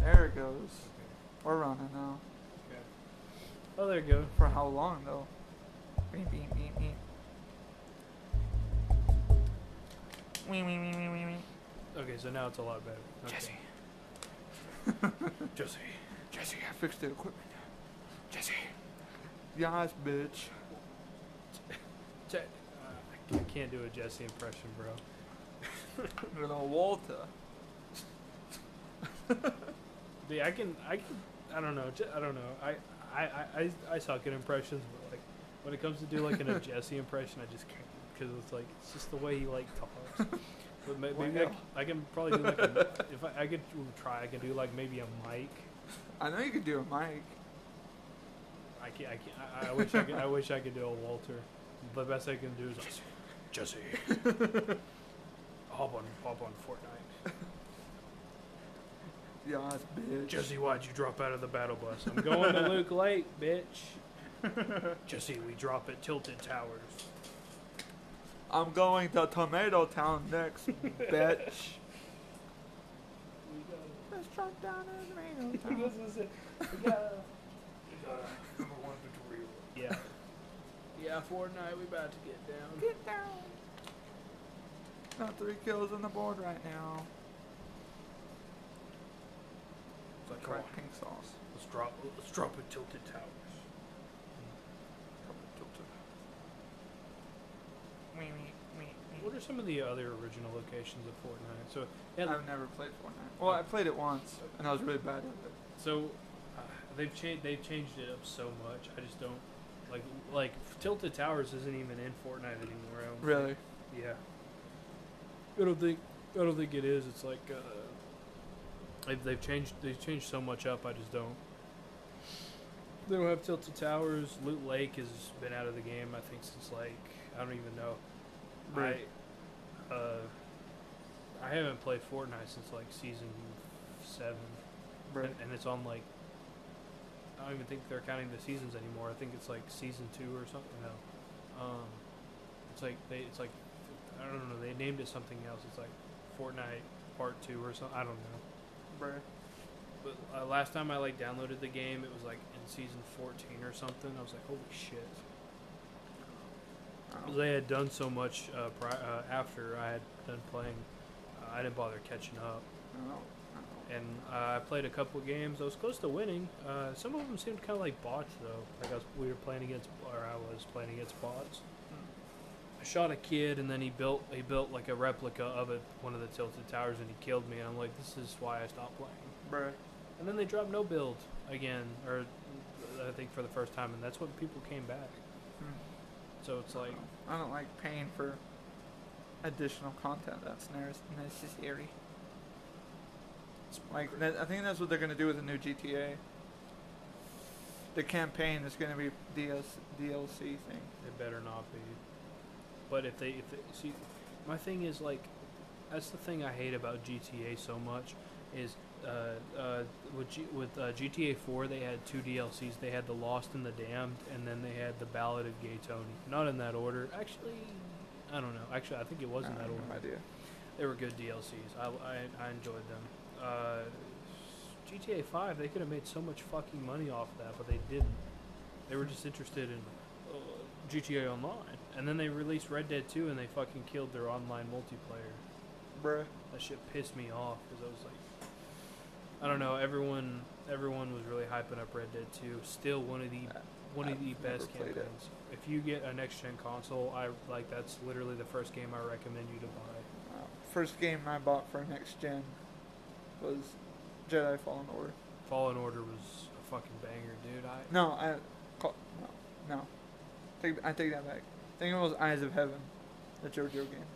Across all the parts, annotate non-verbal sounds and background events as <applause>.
There it goes. We're running now. Okay. Oh, there you go. For how long though? Beep, beep, beep, beep. Wee, wee, wee, wee, wee, wee. Okay, so now it's a lot better. Okay. Jesse. Jesse. Jesse, I fixed the equipment. Jesse. Yes, bitch. Je- uh, I can't do a Jesse impression, bro. Little Walter. Dude, I can, I can, I don't know, Je- I don't know. I, I, I, I, I suck at impressions, but like, when it comes to do like an, a Jesse impression, I just can't because it's like it's just the way he like talks. But may- maybe I, Wow. c- I can probably do like a, if I, I could try, I could do like maybe a mic. I know you could do a mic. I can I can I, I wish I could, I wish I could do a Walter. The best I can do is Jesse. Jesse. <laughs> hop on, hop on Fortnite. Yes, bitch. Jesse, why'd you drop out of the battle bus? I'm going to Luke Lake, bitch. <laughs> Jesse, we drop at Tilted Towers. I'm going to Tomato Town <laughs> next, bitch. Let's drop down to Tomato Town. uh, Number one tutorial. Yeah. Yeah, Fortnite, we about to get down. Get down. Got three kills on the board right now. It's like, come on, Crack Oh, pink sauce. let's drop, let's drop at Tilted Towers. Wee, wee, wee, wee. What are some of the other original locations of Fortnite? So, yeah, I've never played Fortnite. Well, I played it once, and I was really bad at it. So uh, they've changed they've changed it up so much. I just don't like like Tilted Towers isn't even in Fortnite anymore. I don't Really? think. Yeah. I don't think I don't think it is. It's like uh, they've, they've changed they've changed so much up. I just don't. They don't have Tilted Towers. Loot Lake has been out of the game. I think since like I don't even know. Really? I uh, I haven't played Fortnite since like season seven Really? and, and it's on like I don't even think they're counting the seasons anymore. I think it's like season two or something now. Um, it's like they it's like I don't know. They named it something else. It's like Fortnite Part Two or something. I don't know. Really? But uh, last time I like downloaded the game, it was like in season fourteen or something. I was like, holy shit! Oh. They had done so much uh, pri- uh, after I had done playing. Uh, I didn't bother catching up. No, no. and uh, I played a couple games. I was close to winning. Uh, some of them seemed kind of like bots, though. Like I was, we were playing against, or I was playing against bots. I shot a kid, and then he built he built like a replica of it, one of the tilted towers, and he killed me. And I'm like, this is why I stopped playing. Bruh. And then they dropped no build again, or I think for the first time, and that's when people came back. Hmm. So it's like, I don't like paying for additional content that's ne- necessary. Like, that, I think that's what they're gonna do with the new GTA. The campaign is gonna be DS, DLC thing. It better not be. But if they, if they see, my thing is like, that's the thing I hate about GTA so much is uh, uh, with G, with uh, GTA Four they had two DLCs. They had the Lost and the Damned, and then they had the Ballad of Gay Tony. Not in that order, actually. I don't know. Actually, I think it was in Ah, I that have order. no idea. They were good DLCs. I, I, I enjoyed them. Uh, GTA 5, they could have made so much fucking money off that, but they didn't. They were just interested in uh, GTA Online. And then they released Red Dead 2 and they fucking killed their online multiplayer. Bruh. That shit pissed me off because I was like, I don't know. Everyone, everyone was really hyping up Red Dead 2. Still one of the I- one of I've the never best played it. campaigns. If you get a next gen console, I like that's literally the first game I recommend you to buy. Uh, first game I bought for next gen was Jedi Fallen Order. Fallen Order was a fucking banger, dude. I No, I call, no, no. Take, I take that back. I think it was Eyes of Heaven, the JoJo game.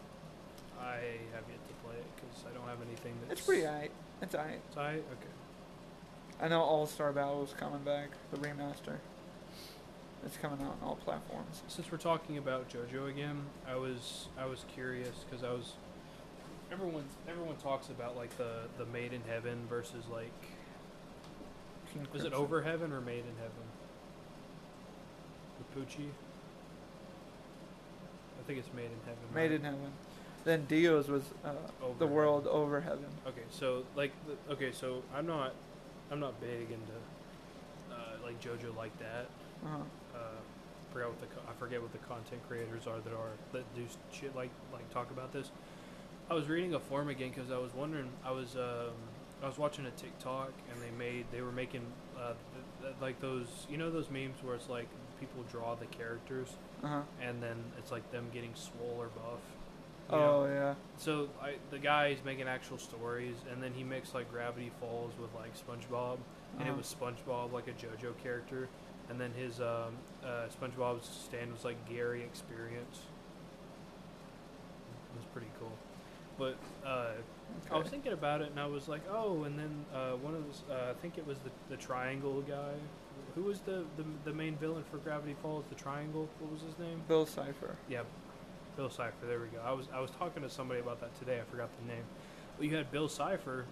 I have yet to play it because I don't have anything that's It's pretty aight. It's aight. It's aight? Okay. I know All Star Battle is coming back, the remaster. It's coming out on all platforms. Since we're talking about JoJo again, I was I was curious because I was everyone everyone talks about like the the Made in Heaven versus like is King it Crimson. Over Heaven or Made in Heaven? The Poochie. I think it's Made in Heaven. Made right? in Heaven. Then Dio's was uh, Over the Heaven. world over heaven. Okay, so like, the, okay, so I'm not I'm not big into uh, like JoJo like that. Uh-huh. Uh, forgot what the co- I forget what the content creators are that are that do s- shit like like talk about this. I was reading a forum again because I was wondering. I was um, I was watching a TikTok and they made they were making uh, th- th- like those you know those memes where it's like people draw the characters Uh-huh. and then it's like them getting swole or buff. you know? Oh yeah. So I, the guy is making actual stories, and then he mixed like Gravity Falls with like SpongeBob, and it Uh-huh. was SpongeBob like a JoJo character, and then his um, uh, SpongeBob's stand was like Gary Experience. It was pretty cool, but uh, I was Okay. thinking about it, and I was like, oh, and then uh, one of those, uh, I think it was the, the Triangle guy. Who was the, the the main villain for Gravity Falls? The Triangle. What was his name? Bill Cipher. Yeah, Bill Cipher. There we go. I was I was talking to somebody about that today. I forgot the name. But you had Bill Cipher,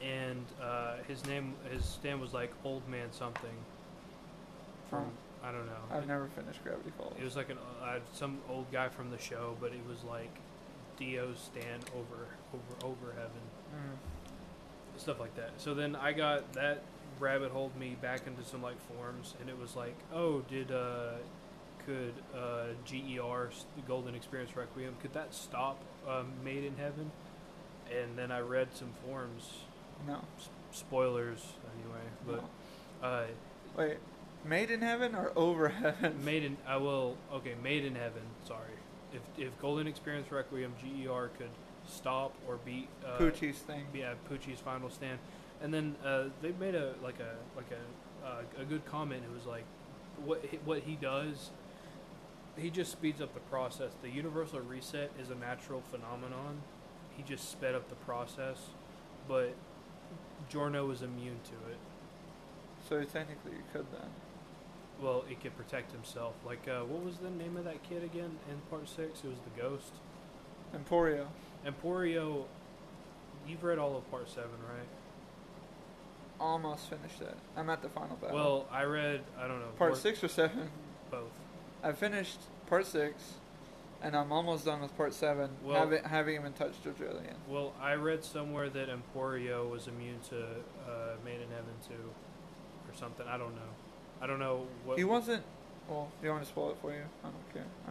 and uh, his name his stand was like Old Man something. From I don't know. I've It- never finished Gravity Falls. It was like an uh, some old guy from the show, but it was like Dio's stand over over over heaven, Mm. stuff like that. So then I got that rabbit holed me back into some like forums, and it was like, oh, did uh, could uh, GER 's the Golden Experience Requiem could that stop um, Made in Heaven? And then I read some forums, No. spoilers anyway, but no. uh, Wait, Made in Heaven or Over <laughs> Heaven? Made in I will okay, Made in Heaven, sorry. If if Golden Experience Requiem GER could stop or beat uh Poochie's thing. yeah, Poochie's final stand. And then uh, they made a like a like a uh, a good comment. It was like what he- what he does he just speeds up the process. The universal reset is a natural phenomenon. He just sped up the process, but Jorno was immune to it. So technically you could then. Well, it could protect himself. Like, uh, what was the name of that kid again in part six? It was the ghost. Emporio. Emporio, you've read all of part seven, right? Almost finished it. I'm at the final battle. Well, I read, I don't know. Uh-huh. part one- six or seven. Both. I finished part six, and I'm almost done with part seven. Well- haven't haven't even touched JoJo yet. Well, I read somewhere that Emporio was immune to uh, Made in Heaven 2 or something. I don't know. I don't know what. He wasn't. Well, do you want me to spoil it for you? I don't care. <laughs> I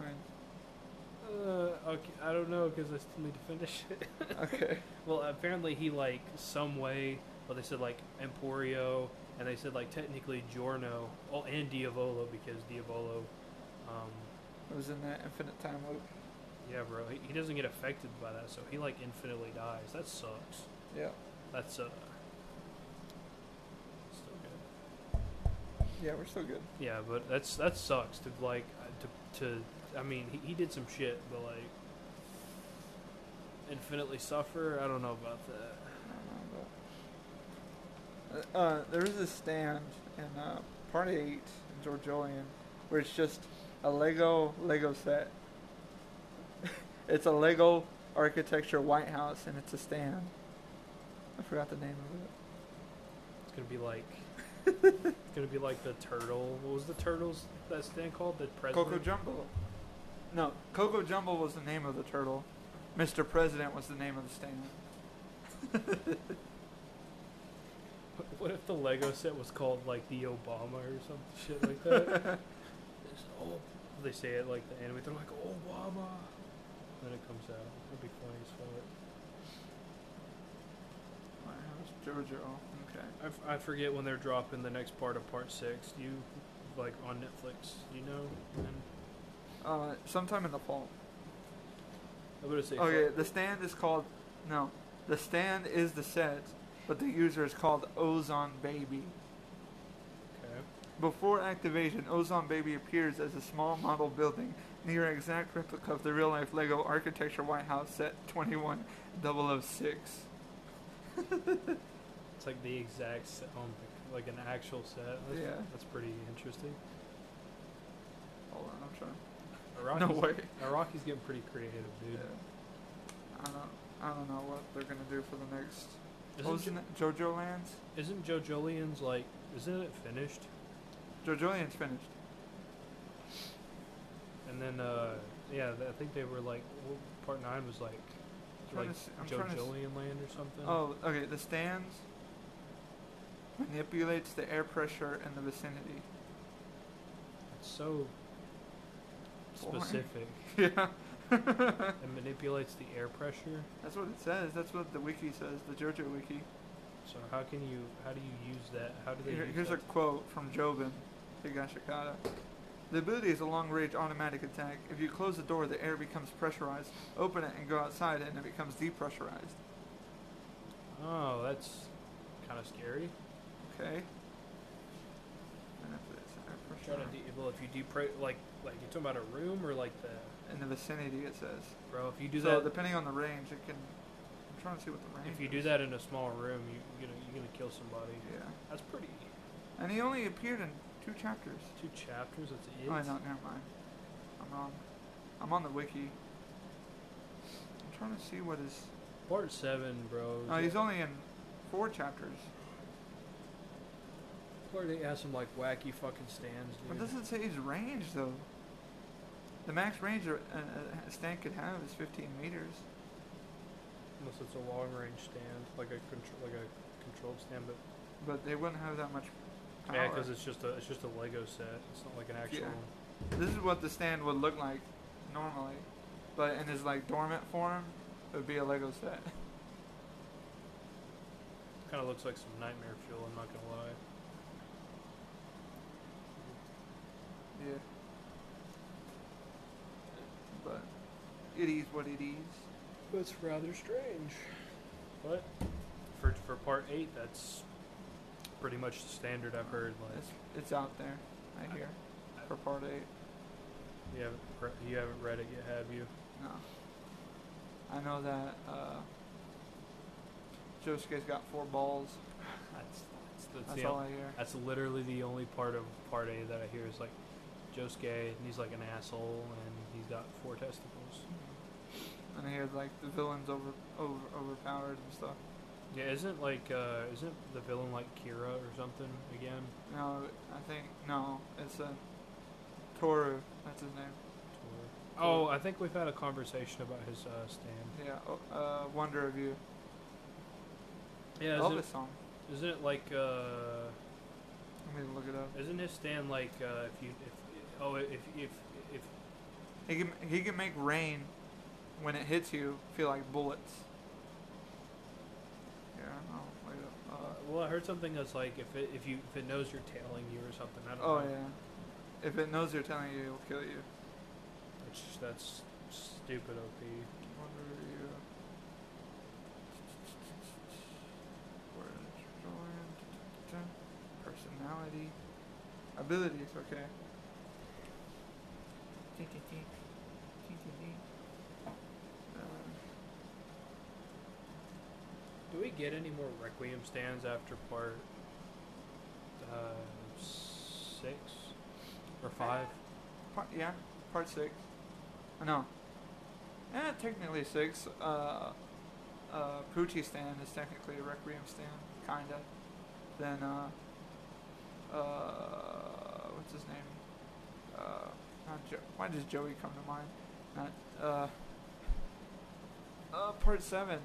mean, Uh, okay, I don't know because I still need to finish <laughs> it. okay. Well, apparently he like some way. Well, they said like Emporio, and they said like technically Giorno, oh, and Diavolo because Diavolo, um, It was in that infinite time loop. yeah, bro, he, he doesn't get affected by that, so he like infinitely dies. That sucks. Yeah. That's uh, still good. Yeah, we're still good. Yeah, but that's that sucks to like uh, to to. I mean, he, he did some shit, but like infinitely suffer. I don't know about that. I don't know, but. Uh, uh, there is a stand in uh, part eight in Georgian where it's just a Lego Lego set. <laughs> it's a Lego architecture White House, and it's a stand. I forgot the name of it. It's gonna be like it's gonna be like the turtle. What was the turtles that stand called? The president. Coco Jumbo. No, Coco Jumbo was the name of the turtle. Mr. President was the name of the stand. what if the Lego set was called like the Obama or some shit like that? It's, oh, they say it like the anime. They're like Obama. Then it comes out. It'd be funny as fuck. White House, Jojo. Oh, Okay. I, f- I forget when they're dropping the next part of part six. Do you like on Netflix? Do you know? when? Uh, sometime in the fall. I would say Okay, the stand is called. No, the stand is the set, but the user is called Ozone Baby. okay. Before activation, Ozone Baby appears as a small model building near an exact replica of the real life Lego architecture White House set 21006. It's like the exact set, oh my- like an actual set. That's, Yeah. that's pretty <laughs> interesting. Hold on, I'm trying. Iraqis, no way. Iraqi's getting pretty creative, dude. I don't. I don't know what they're gonna do for the next. What was Isn't, the na- JoJo Lands? Jo- isn't JoJolian's like, isn't it finished? JoJo Lands finished. And then, uh, yeah, th- I think they were like, well, part nine was like, I'm trying like to see- I'm trying to s- JoJolian Land or something. Oh, okay. The stands. manipulates the air pressure in the vicinity. <laughs> It's so Boring. specific. Yeah. <laughs> It manipulates the air pressure. That's what it says. That's what the wiki says, the JoJo wiki. So how can you? How do you use that? How do they? Here, use here's a that? quote from Jobin, the Gashikata. The ability is a long-range automatic attack. If you close the door, the air becomes pressurized. Open it and go outside, and it becomes depressurized. Oh, that's kind of scary. Okay. And if it's air Trying to pressure de- well, if you depre like like you're talking about a room or like the in the vicinity, it says. bro. If you do so that, depending on the range, it can. I'm trying to see what the range. if you do is. that in a small room, you, you're gonna you're gonna kill somebody. yeah. That's pretty. And he only appeared in two chapters. Two chapters. That's it. Oh, no, never mind. I'm wrong. I'm on the wiki. I'm trying to see what is. Part seven, bro. No, Oh, he's only in four chapters. Part eight has some like wacky fucking stands, But dude. doesn't say his range though. The max range a, a, a stand could have is 15 meters. Unless it's a long range stand, like a contr- like a controlled stand, but But they wouldn't have that much power. Yeah, 'cause it's just a it's just a Lego set. It's not like an actual. this is what the stand would look like normally, but in his like dormant form, it would be a Lego set. <laughs> Kind of looks like some nightmare fuel. I'm not gonna lie. Yeah. But it is what it is. That's rather strange. But for for part eight, that's pretty much the standard I've heard. Like It's, it's out there, I hear, for part eight. you haven't re- you haven't read it yet, have you? No. I know that uh, Josuke's got four balls. That's that's, that's, That's the all all I hear. that's literally the only part of part A that I hear is like Joe's gay and he's like an asshole and he's got four testicles. And I hear like the villains over, over overpowered and stuff. Yeah, isn't like uh isn't the villain like Kira or something again? No, I think no. It's a Toru. That's his name. Oh, I think we've had a conversation about his uh, stand. Yeah. o- Uh, Wonder of You. Yeah, Love isn't, this song. it, isn't it like uh, Let me look it up. isn't his stand like uh, if you if oh if if if He can he can make rain when it hits you feel like bullets. Yeah. I'll look it uh, up. well I heard something that's like if it if you if it knows you're tailing you or something I Uh, don't oh know. yeah. If it knows you're telling you, it'll kill you. It's just- that's stupid op. Wonder of You. Word, joined, Personality. Abilities, okay. Ding, ding, ding. Ding, ding, ding. Uh, Do we get any more requiem stands after part uh, six or five? Part, yeah, part six. Uh, No. Eh, technically six. Uh, uh, Poochie stand is technically a Requiem stand, kinda. Then, uh, uh, what's his name? Uh, not jo- why does Joey come to mind? Not, uh, uh, part seven.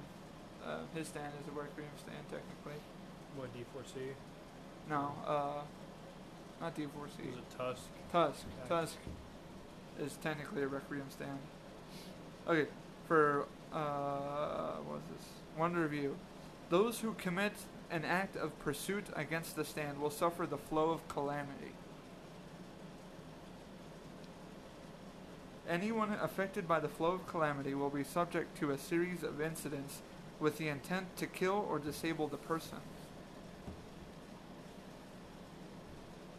Uh, his stand is a Requiem stand, technically. What D4C? No, uh, not D4C. Was it Tusk? Tusk. Okay. Tusk is technically a Requiem stand. Okay, for uh, what is this? Wonder of You. Those who commit an act of pursuit against the stand will suffer the flow of calamity. Anyone affected by the flow of calamity will be subject to a series of incidents with the intent to kill or disable the person.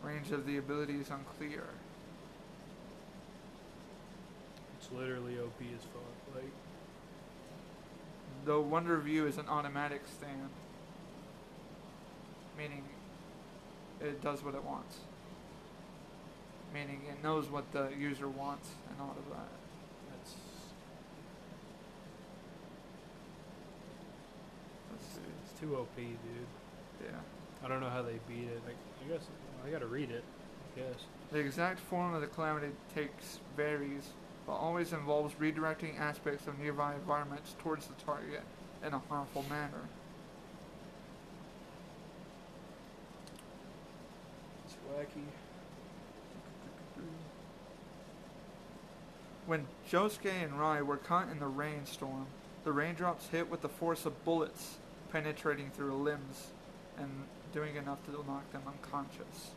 Range of the ability is unclear. It's literally OP as fuck. Like Though Wonder View is an automatic stand, meaning it does what it wants. Meaning it knows what the user wants and all of that. that's Let's see. it's too OP, dude. Yeah. I don't know how they beat it. Like I guess I gotta read it. I guess. The exact form of the calamity takes varies, but always involves redirecting aspects of nearby environments towards the target in a harmful manner. wacky. When Josuke and Rai were caught in the rainstorm, the raindrops hit with the force of bullets penetrating through limbs and doing enough to knock them unconscious.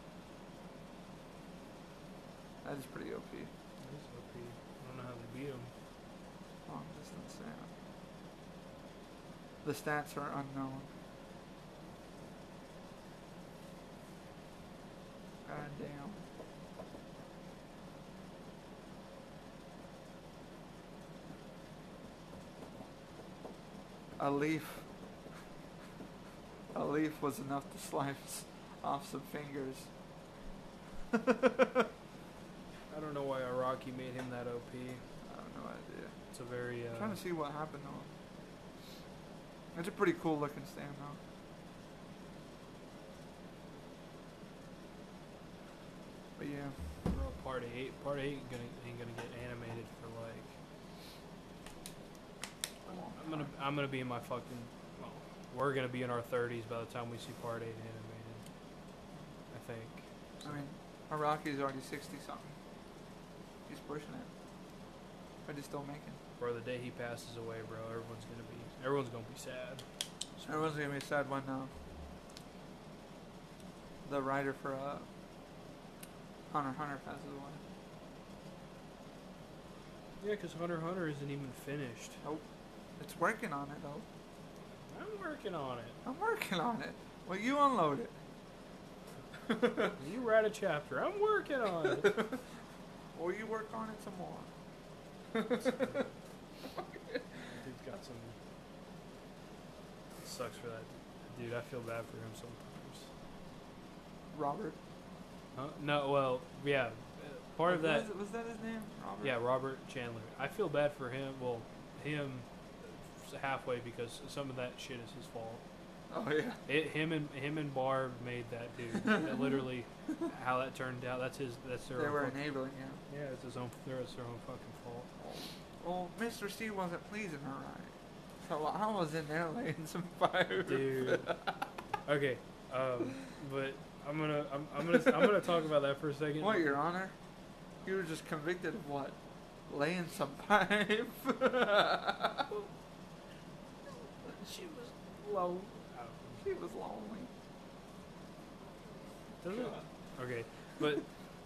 That is pretty OP. That is OP. I don't know how they beat him. Long distance, yeah. The stats are unknown. God damn. A leaf. A leaf was enough to <laughs> slice off some fingers. I don't know why Araki made him that OP. I have no idea. It's a very. Uh, I'm trying to see what happened to him. It's a pretty cool looking stand though. But yeah, bro, part eight. Part eight gonna, ain't gonna get animated for like. a long I'm gonna time. I'm gonna be in my fucking. Well, we're gonna be in our 30s by the time we see part eight animated. I think. I mean, Araki's already sixty something. He's pushing it, but he's still making. Bro, the day he passes away, bro, everyone's gonna be everyone's gonna be sad. So, Everyone's gonna be sad when uh, the writer for uh, Hunter x Hunter passes away. yeah, 'cause Hunter x Hunter isn't even finished. It's working on it though. I'm working on it. I'm working on it. Well, you unload it. You write a chapter. I'm working on it. Or you work on it some more. Dude's got some. sucks for that dude. I feel bad for him sometimes. Robert. Huh? No, well, yeah. Part of Was- that, Was, was that his name? Robert. yeah, Robert Chandler. I feel bad for him. Well, him halfway because some of that shit is his fault. Oh yeah. It, him and him and Barb made that <laughs> dude. That literally, how that turned out. That's his. That's their. they own were fucking, enabling him. yeah, it's his own. Their, it's their own fucking fault. Well, Mr. C wasn't pleasing her right, so I was in there laying <laughs> some fire. dude. Okay, um, but I'm gonna I'm, I'm gonna I'm gonna talk about that for a second. What, Your Honor? You were just convicted of what? Laying some pipe. <laughs> She was low. she was lonely. Uh, Okay, but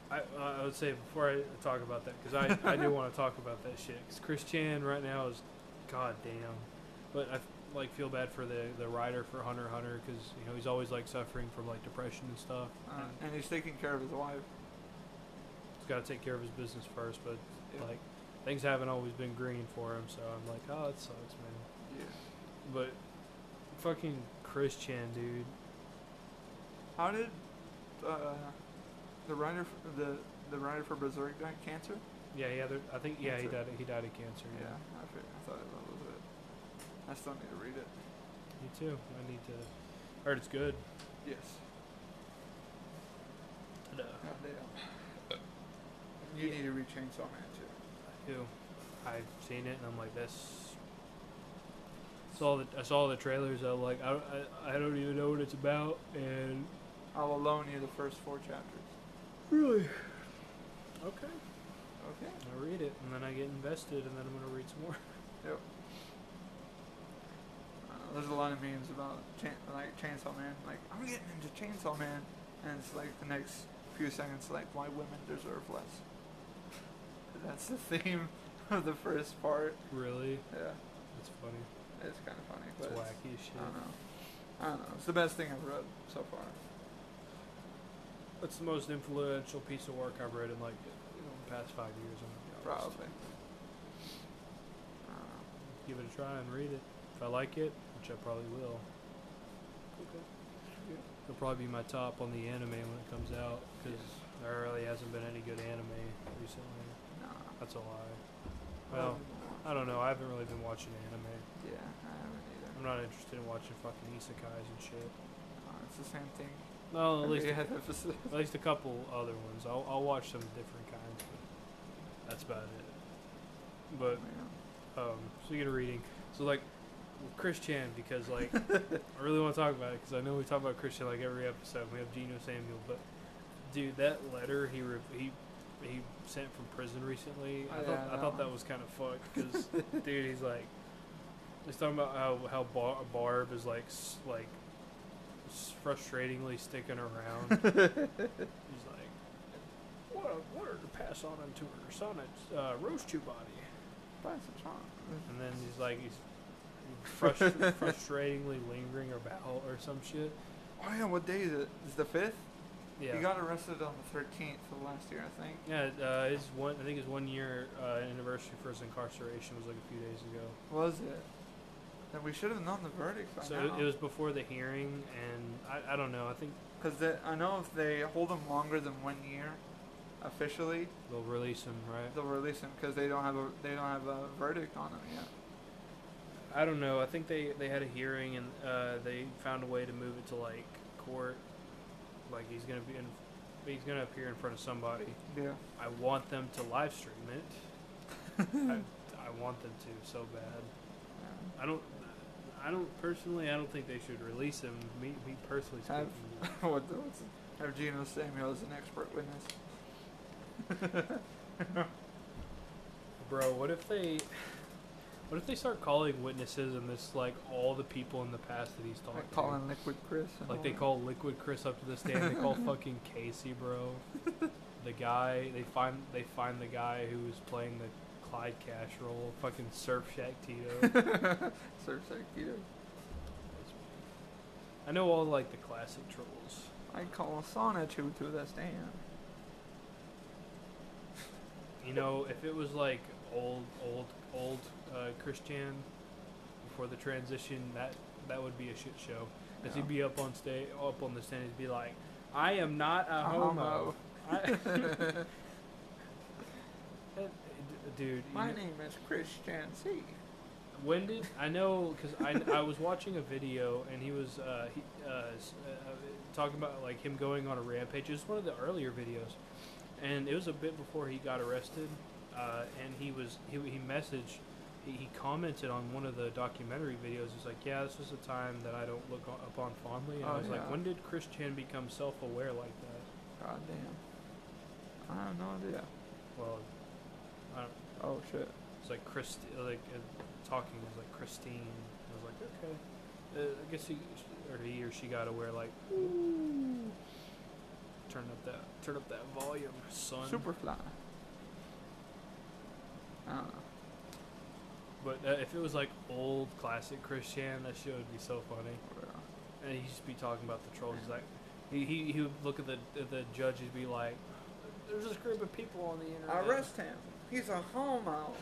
I I would say before I talk about that because I I do want to talk about that shit because Chris Chan right now is goddamn, but I f- like feel bad for the the writer for Hunter x Hunter because you know he's always like suffering from like depression and stuff. Uh, and and he's taking care of his wife. he's got to take care of his business first, but Yeah. like things haven't always been green for him, so I'm like, oh, it sucks, man. Yeah. But fucking Chris Chan, dude. How did uh, the writer for, the the writer for Berserk die? Cancer? Yeah, yeah. There, I think yeah, he Cancer. died. He died of cancer. Yeah, I, fi- I thought that was it. I still need to read it. Me too. I need to. Heard it's good. Yes. No. Goddamn. You need to read Chainsaw Man too. I do. I've seen it and I'm like, this. I saw the I saw the trailers. I'm like, I, don't- I, I don't even know what it's about. And I'll loan you the first four chapters. really, okay. Okay. I read it and then I get invested and then I'm gonna read some more. <laughs> Uh, there's a lot of memes about chain, like Chainsaw Man. Like I'm getting into Chainsaw Man, and it's like the next few seconds, like why women deserve less. That's the <laughs> theme of the first part. Really, Yeah, that's funny. it's kind of funny. It's But it's- wacky as I don't know. shit. I don't know. It's the best thing I've read so far. That's the most influential piece of work I've read in like you know, the past five years. I'm gonna be honest. Probably. Uh, I don't know. Give it a try and read it. If I like it, which I probably will, Okay. it'll probably be my top on the anime when it comes out because there really hasn't been any good anime recently. Nah. That's a lie. Um, Well, I don't know. I haven't really been watching anime. yeah, I haven't either. I'm not interested in watching fucking isekais and shit. Uh, it's the same thing. No, at least Every other episode. at least a couple other ones. I'll I'll watch some different kinds, but that's about it. But Yeah. um, speaking of reading, so like with Chris Chan, because <laughs> like I really want to talk about it because I know we talk about Chris Chan like every episode. We have Geno Samuel, but Dude, that letter he re- he he sent from prison recently. I Oh, yeah, thought I that thought that one. was kind of fucked <laughs> because dude, he's like, he's talking about how how Bar- Barb is like s- like s- frustratingly sticking <laughs> around. he's <laughs> like, what a word to pass on unto her son at uh, Roast You Body. Buy some Oh, chocolate. And then he's like, he's <laughs> frust- frustratingly lingering about or some shit. Oh yeah, what day is it? It's the fifth. Yeah. He got arrested on the thirteenth of last year, I think. yeah, uh, his one. I think his one year uh, anniversary for his incarceration was like a few days ago. Was it? Then we should have known the verdict by So now. it, it was before the hearing, and I, I don't know. I think because I know if they hold him longer than one year, officially, they'll release him, right? they'll release him because they don't have a they don't have a verdict on him yet. I don't know. I think they they had a hearing and uh, they found a way to move it to like court. Like he's gonna be in, he's gonna appear in front of somebody. Yeah. I want them to live stream it. <laughs> I, I want them to so bad. I don't. I don't personally. I don't think they should release him. Me, me personally Have- speaking. <laughs> what the, what's have Gino Samuel as an expert witness. Bro, what if they? What if they start calling witnesses and this like all the people in the past that he's talking Like calling Liquid Chris. and to? Oh, Like they all call Liquid Chris up to this day. They <laughs> call fucking Casey, bro. The guy they find they find the guy who was playing the Clyde Cash role, fucking Surf Shack Tito. <laughs> that. Surf Shack Peter. I know all like the classic trolls. I call Sauna two to <laughs> the stand. You know, if it was like old, old, old uh, Christian before the transition, that that would be a shit show. Cause Yeah. he'd be up on stage, up on the stand, he'd be like, "I am not a, A homo." homo. <laughs> I, Uh, dude. you My kn- name is Christian C. When did I know? Because I, I was watching a video and he was uh, he, uh, s- uh, talking about like him going on a rampage. It was one of the earlier videos, and it was a bit before he got arrested. Uh, and he was he, he messaged he, he commented on one of the documentary videos. He's like, "Yeah, this was a time that I don't look on, upon fondly." And I Oh, was like, yeah. "When did Chris Chan become self-aware like that?" God damn. I have no idea. Well, I don't, Oh shit. It's like Christ, like uh, talking was like Christine. I was like, okay, uh, I guess he or he or she got aware. Like, turn up that turn up that volume, son. Superfly. I don't know. But uh, if it was like old classic Christian, that shit would be so funny. Well, And he'd just be talking about the trolls. He's like, he he, he would look at the at the judge. He'd be like, there's this group of people on the internet. Arrest him. He's a homo.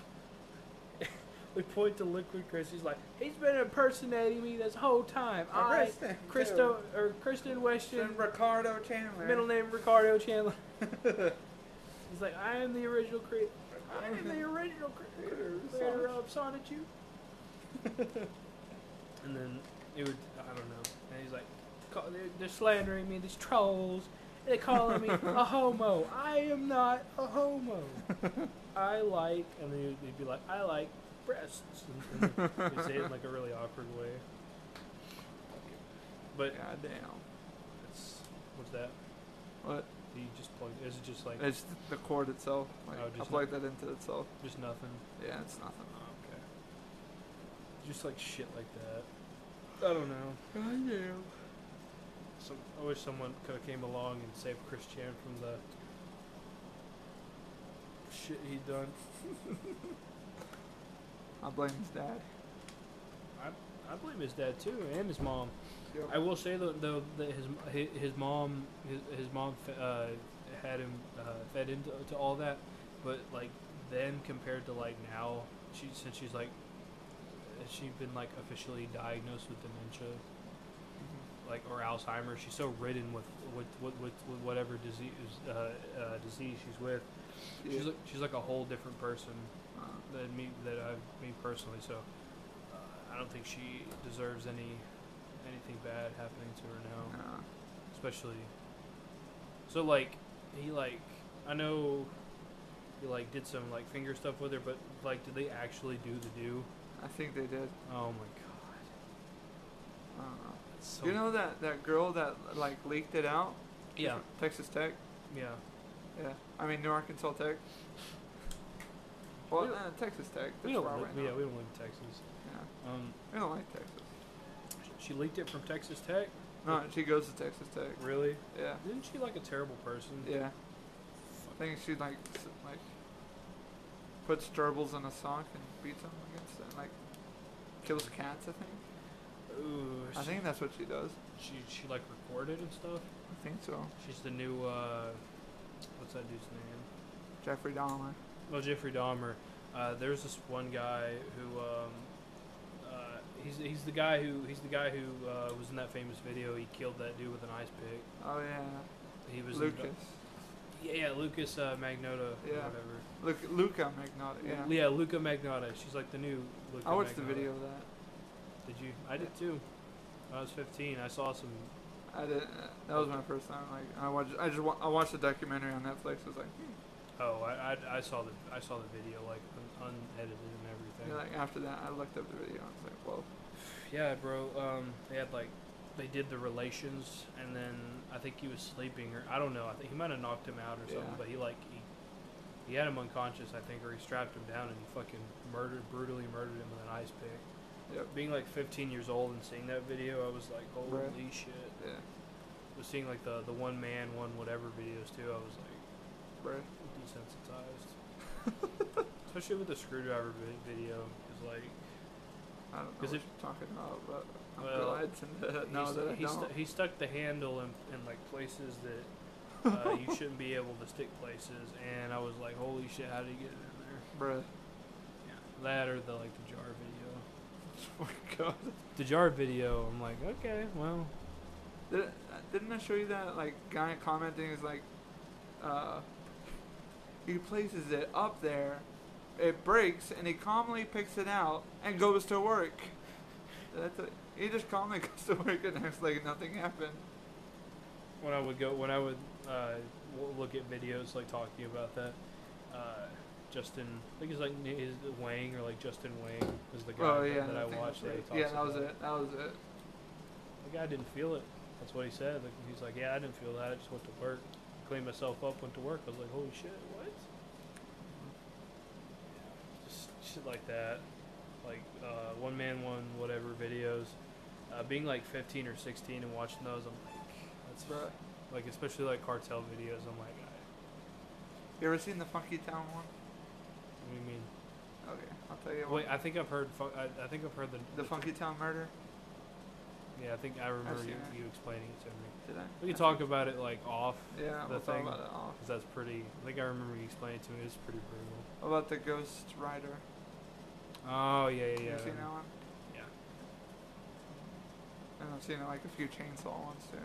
We point to Liquid Chris. He's like, he's been impersonating me this whole time. I, Arrest him. Christo or Kristen too. Weston. And Ricardo Chandler. Middle name Ricardo Chandler. <laughs> He's like, I am the original creator. I am the original cre- Creator of creator of Sonic You. and then it would, I don't know. And he's like, call, they're, they're slandering me, these trolls. They're calling me a homo. I am not a homo. I like, and then he'd- he'd be like, I like breasts. And, and he'd say it in like a really awkward way. But God damn. it's, what's that? What? Do you just plug? Is it just like It's th- the cord itself. Like, Oh, I just plugged that into itself. just nothing? Yeah, it's nothing. okay. Just like shit like that. I don't know. God damn. Some, I wish someone could have came along and saved Christian from the shit he'd done. I blame his dad. I blame his dad too, and his mom. I will say though, though that his hi- his mom his, his mom fe- uh, had him uh, fed into to all that, but like then compared to like now, she since she's like uh, she's been like officially diagnosed with dementia, like or Alzheimer's. She's so ridden with with with, with, with whatever disease uh, uh, disease she's with. Yeah. She's like, she's like a whole different person Uh, than me that I me personally. So uh, I don't think she deserves any anything bad happening to her now nah. especially. So like, he like, I know, he like did some like finger stuff with her, but like, did they actually do the do? I think they did. Oh my god, I don't know. that's so you know that, that girl that like leaked it out? yeah, Texas Tech? Yeah. Yeah, I mean New Arkansas Tech. Well, We don't- uh, Texas Tech. That's We don't. where I Li- went yeah, on. we don't live in Texas. yeah, Um, we don't like Texas. she leaked it from Texas Tech. No, she goes to Texas Tech. Really? Yeah, Isn't she like a terrible person? yeah. I think she like s- like puts gerbils in a sock and beats them against it, and like kills cats. I think. Ooh. I think that's what she does. she she like recorded and stuff. I think so. She's the new uh, what's that dude's name? Jeffrey Dahmer. Well, Jeffrey Dahmer. Uh, there's this one guy who um, uh, he's he's the guy who he's the guy who uh, was in that famous video. He killed that dude with an ice pick. Oh yeah, He was in the- Lucas. yeah, yeah, Lucas uh, Magnota. Or Yeah. whatever. Look, Luca Magnotta. Yeah. Yeah, Luca Magnotta. She's like the new Luca I watched the Magnotta. video of that. Did you? I did too. When I was 15, I saw some. I didn't. That was my first time. Like I watched. I just wa- I watched the documentary on Netflix. I was like, hmm. Oh, I, I, I saw the I saw the video like un, unedited and everything. And, like after that, I looked up the video. and I was like, well, Yeah, bro. Um, they had like they did the relations, and then I think he was sleeping, or I don't know. I think he might have knocked him out or something, Yeah. but he like he he had him unconscious, I think, or he strapped him down and he fucking murdered, brutally murdered him with an ice pick. yep, Being like 15 years old and seeing that video, I was like, holy Right. shit. yeah, Was seeing like the the one man, one whatever videos too. I was like right. desensitized, <laughs> especially with the screwdriver vi- video, because like. I don't know Is what it- you're talking about, but I'm Well, glad to he, know stu- Uh, that I he, stu- don't. he stuck the handle in, in like places <laughs> that uh, you shouldn't be able to stick places, and I was like, "Holy shit! How did he get it in there?" Bruh. Yeah. That or the like the jar video. <laughs> Oh my god. The jar video. I'm like, okay, well, Did, uh, didn't I show you that like guy commenting is like, uh, he places it up there, it breaks, and he calmly picks it out and goes to work. <laughs> That's it. he just calmly <laughs> goes to work and acts like nothing happened. when I would go, when I would uh, w- look at videos like talking about that, uh, Justin, I think it's like n- is it Wang or like Justin Wang was the guy Oh that, yeah, that I think watched. That that's he talks right. yeah, that was about. it. That was it. The guy didn't feel it. That's what he said. Like, he's like, yeah, I didn't feel that. I just went to work, cleaned myself up, went to work. I was like, holy shit, what? Just shit like that, like uh, one man, one whatever videos. Uh, being like 15 or 16 and watching those, I'm like, that's Bruh. like especially like cartel videos. I'm like, I, You ever seen the Funky Town one? what do you mean? Okay, I'll tell you. Wait, one. I think I've heard. Fu- I, I think I've heard the, the Funky Town murder. Yeah, I think I remember seen you, it. you explaining it to me. Did I? We can talk about it like off. Yeah, the we'll thing. talk about it all. Because that's pretty. I think I remember you explaining it to me. It's pretty brutal. What about the Ghost Rider? Oh yeah, yeah, yeah. You seen that one? Yeah. And I've seen it like a few chainsaw ones too.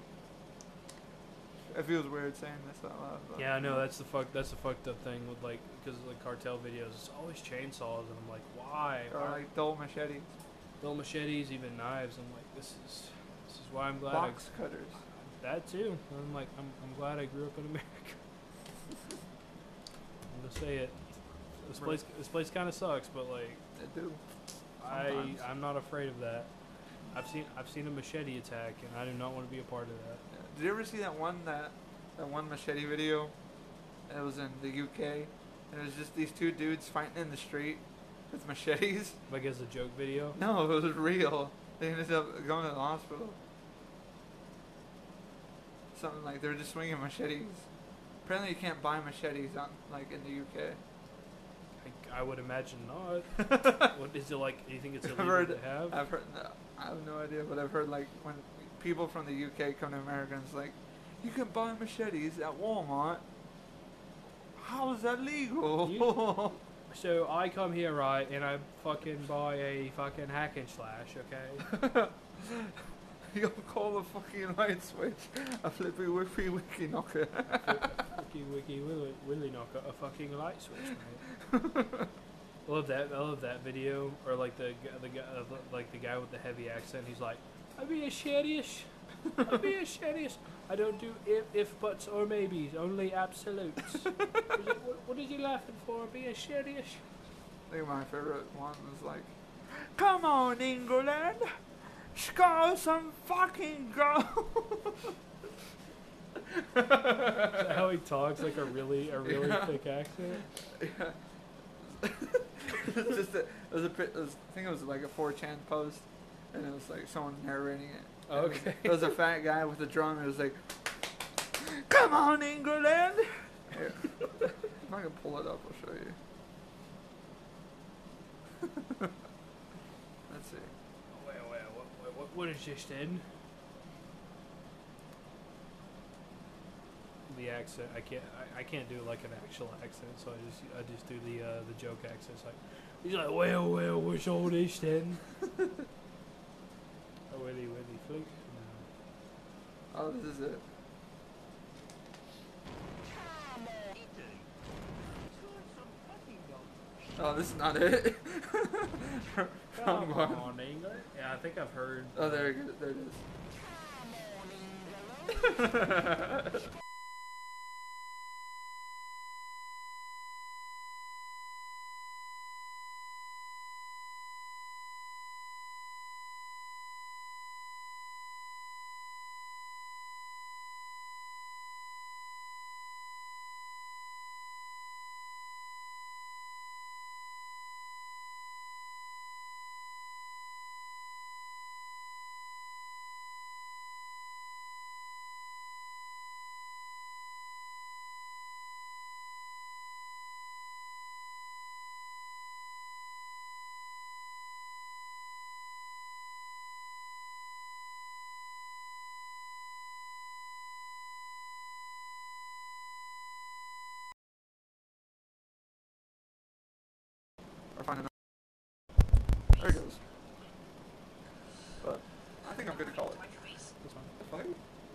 It feels weird saying this out loud. But Yeah, I know. That's the fuck. That's the fucked up thing with like, because like cartel videos, it's always chainsaws, and I'm like, why? Why Or are like dull machetes, Little machetes, even knives. I'm like, this is, this is why I'm glad. I, box cutters. that too. I'm like, I'm, I'm glad I grew up in America. <laughs> I'm gonna say it. This place, this place kind of sucks, but like, They do. I, Sometimes. I'm not afraid of that. I've seen, I've seen a machete attack, and I do not want to be a part of that. Yeah. Did you ever see that one that that one machete video? It was in the UK. And it was just these two dudes fighting in the street with machetes. Like as a joke video. No, it was real. They ended up going to the hospital. Something like they were just swinging machetes. Apparently, you can't buy machetes on like in the UK. <laughs> I, I would imagine <laughs> not. what is it like? Do you think it's I've illegal heard- to have? I've heard, I have no idea, but I've heard like when people from the UK come to America, and it's like, you can buy machetes at Walmart. How is that legal? so I come here right, and I fucking buy a fucking hack and slash. Okay. <laughs> You'll call the fucking light switch a flippy whippy wiki knocker. Wiki wiki willy willy knocker a fucking light switch, mate. I love that. I love that video, or like the gu- the guy, uh, like the guy with the heavy accent. He's like, I be a sheriff. I be a sheriff. I don't do if, if buts or maybes, only absolutes. He's like, what, what are you laughing for? Be a sheriff. I think my favorite one was like, "Come on, England, score some fucking goal." How how he talks like a really a really thick accent? Yeah. <laughs> just a, it was a pit- it was, I think it was like a 4chan post, and it was like someone narrating it. And it was- Okay. It was a fat guy with a drum. It was like, "Come on, England!" Here. I'm not gonna pull it up. I'll show you. <laughs> Let's see. Wait, wait, what, what, what is just in? The accent, I can't, I, I can't do like an actual accent, so I just, I just do the, uh, the joke accent. It's like, he's like, well, well, what's all this <laughs> then? oh, Willy, Willy, flick. No. Oh, this is it. Oh, this is not it. <laughs> Wrong Come one. on, England. Yeah, I think I've heard. Oh, uh, there, it go- there it is. Or find another. There it goes. But I think I'm gonna call it. This one. Fuck.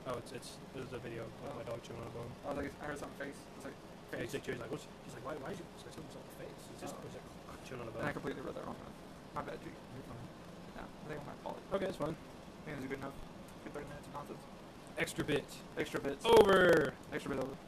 Oh, it's, it's, there's a video of my dog chewing on a bone. I was Oh, like, I heard something face. I was like, Yeah, face. he's like, he's like, what's, he's like, why, why is he he's like, chewing himself in the face? It's just, Oh. he's like, chewing on a And I bone. completely read that wrong. My bad, G. No, I think I'm gonna call it. Okay, that's fine. I think it's good enough. Good 30 minutes of nonsense. Extra bit. Extra bits. Over. Extra bit over.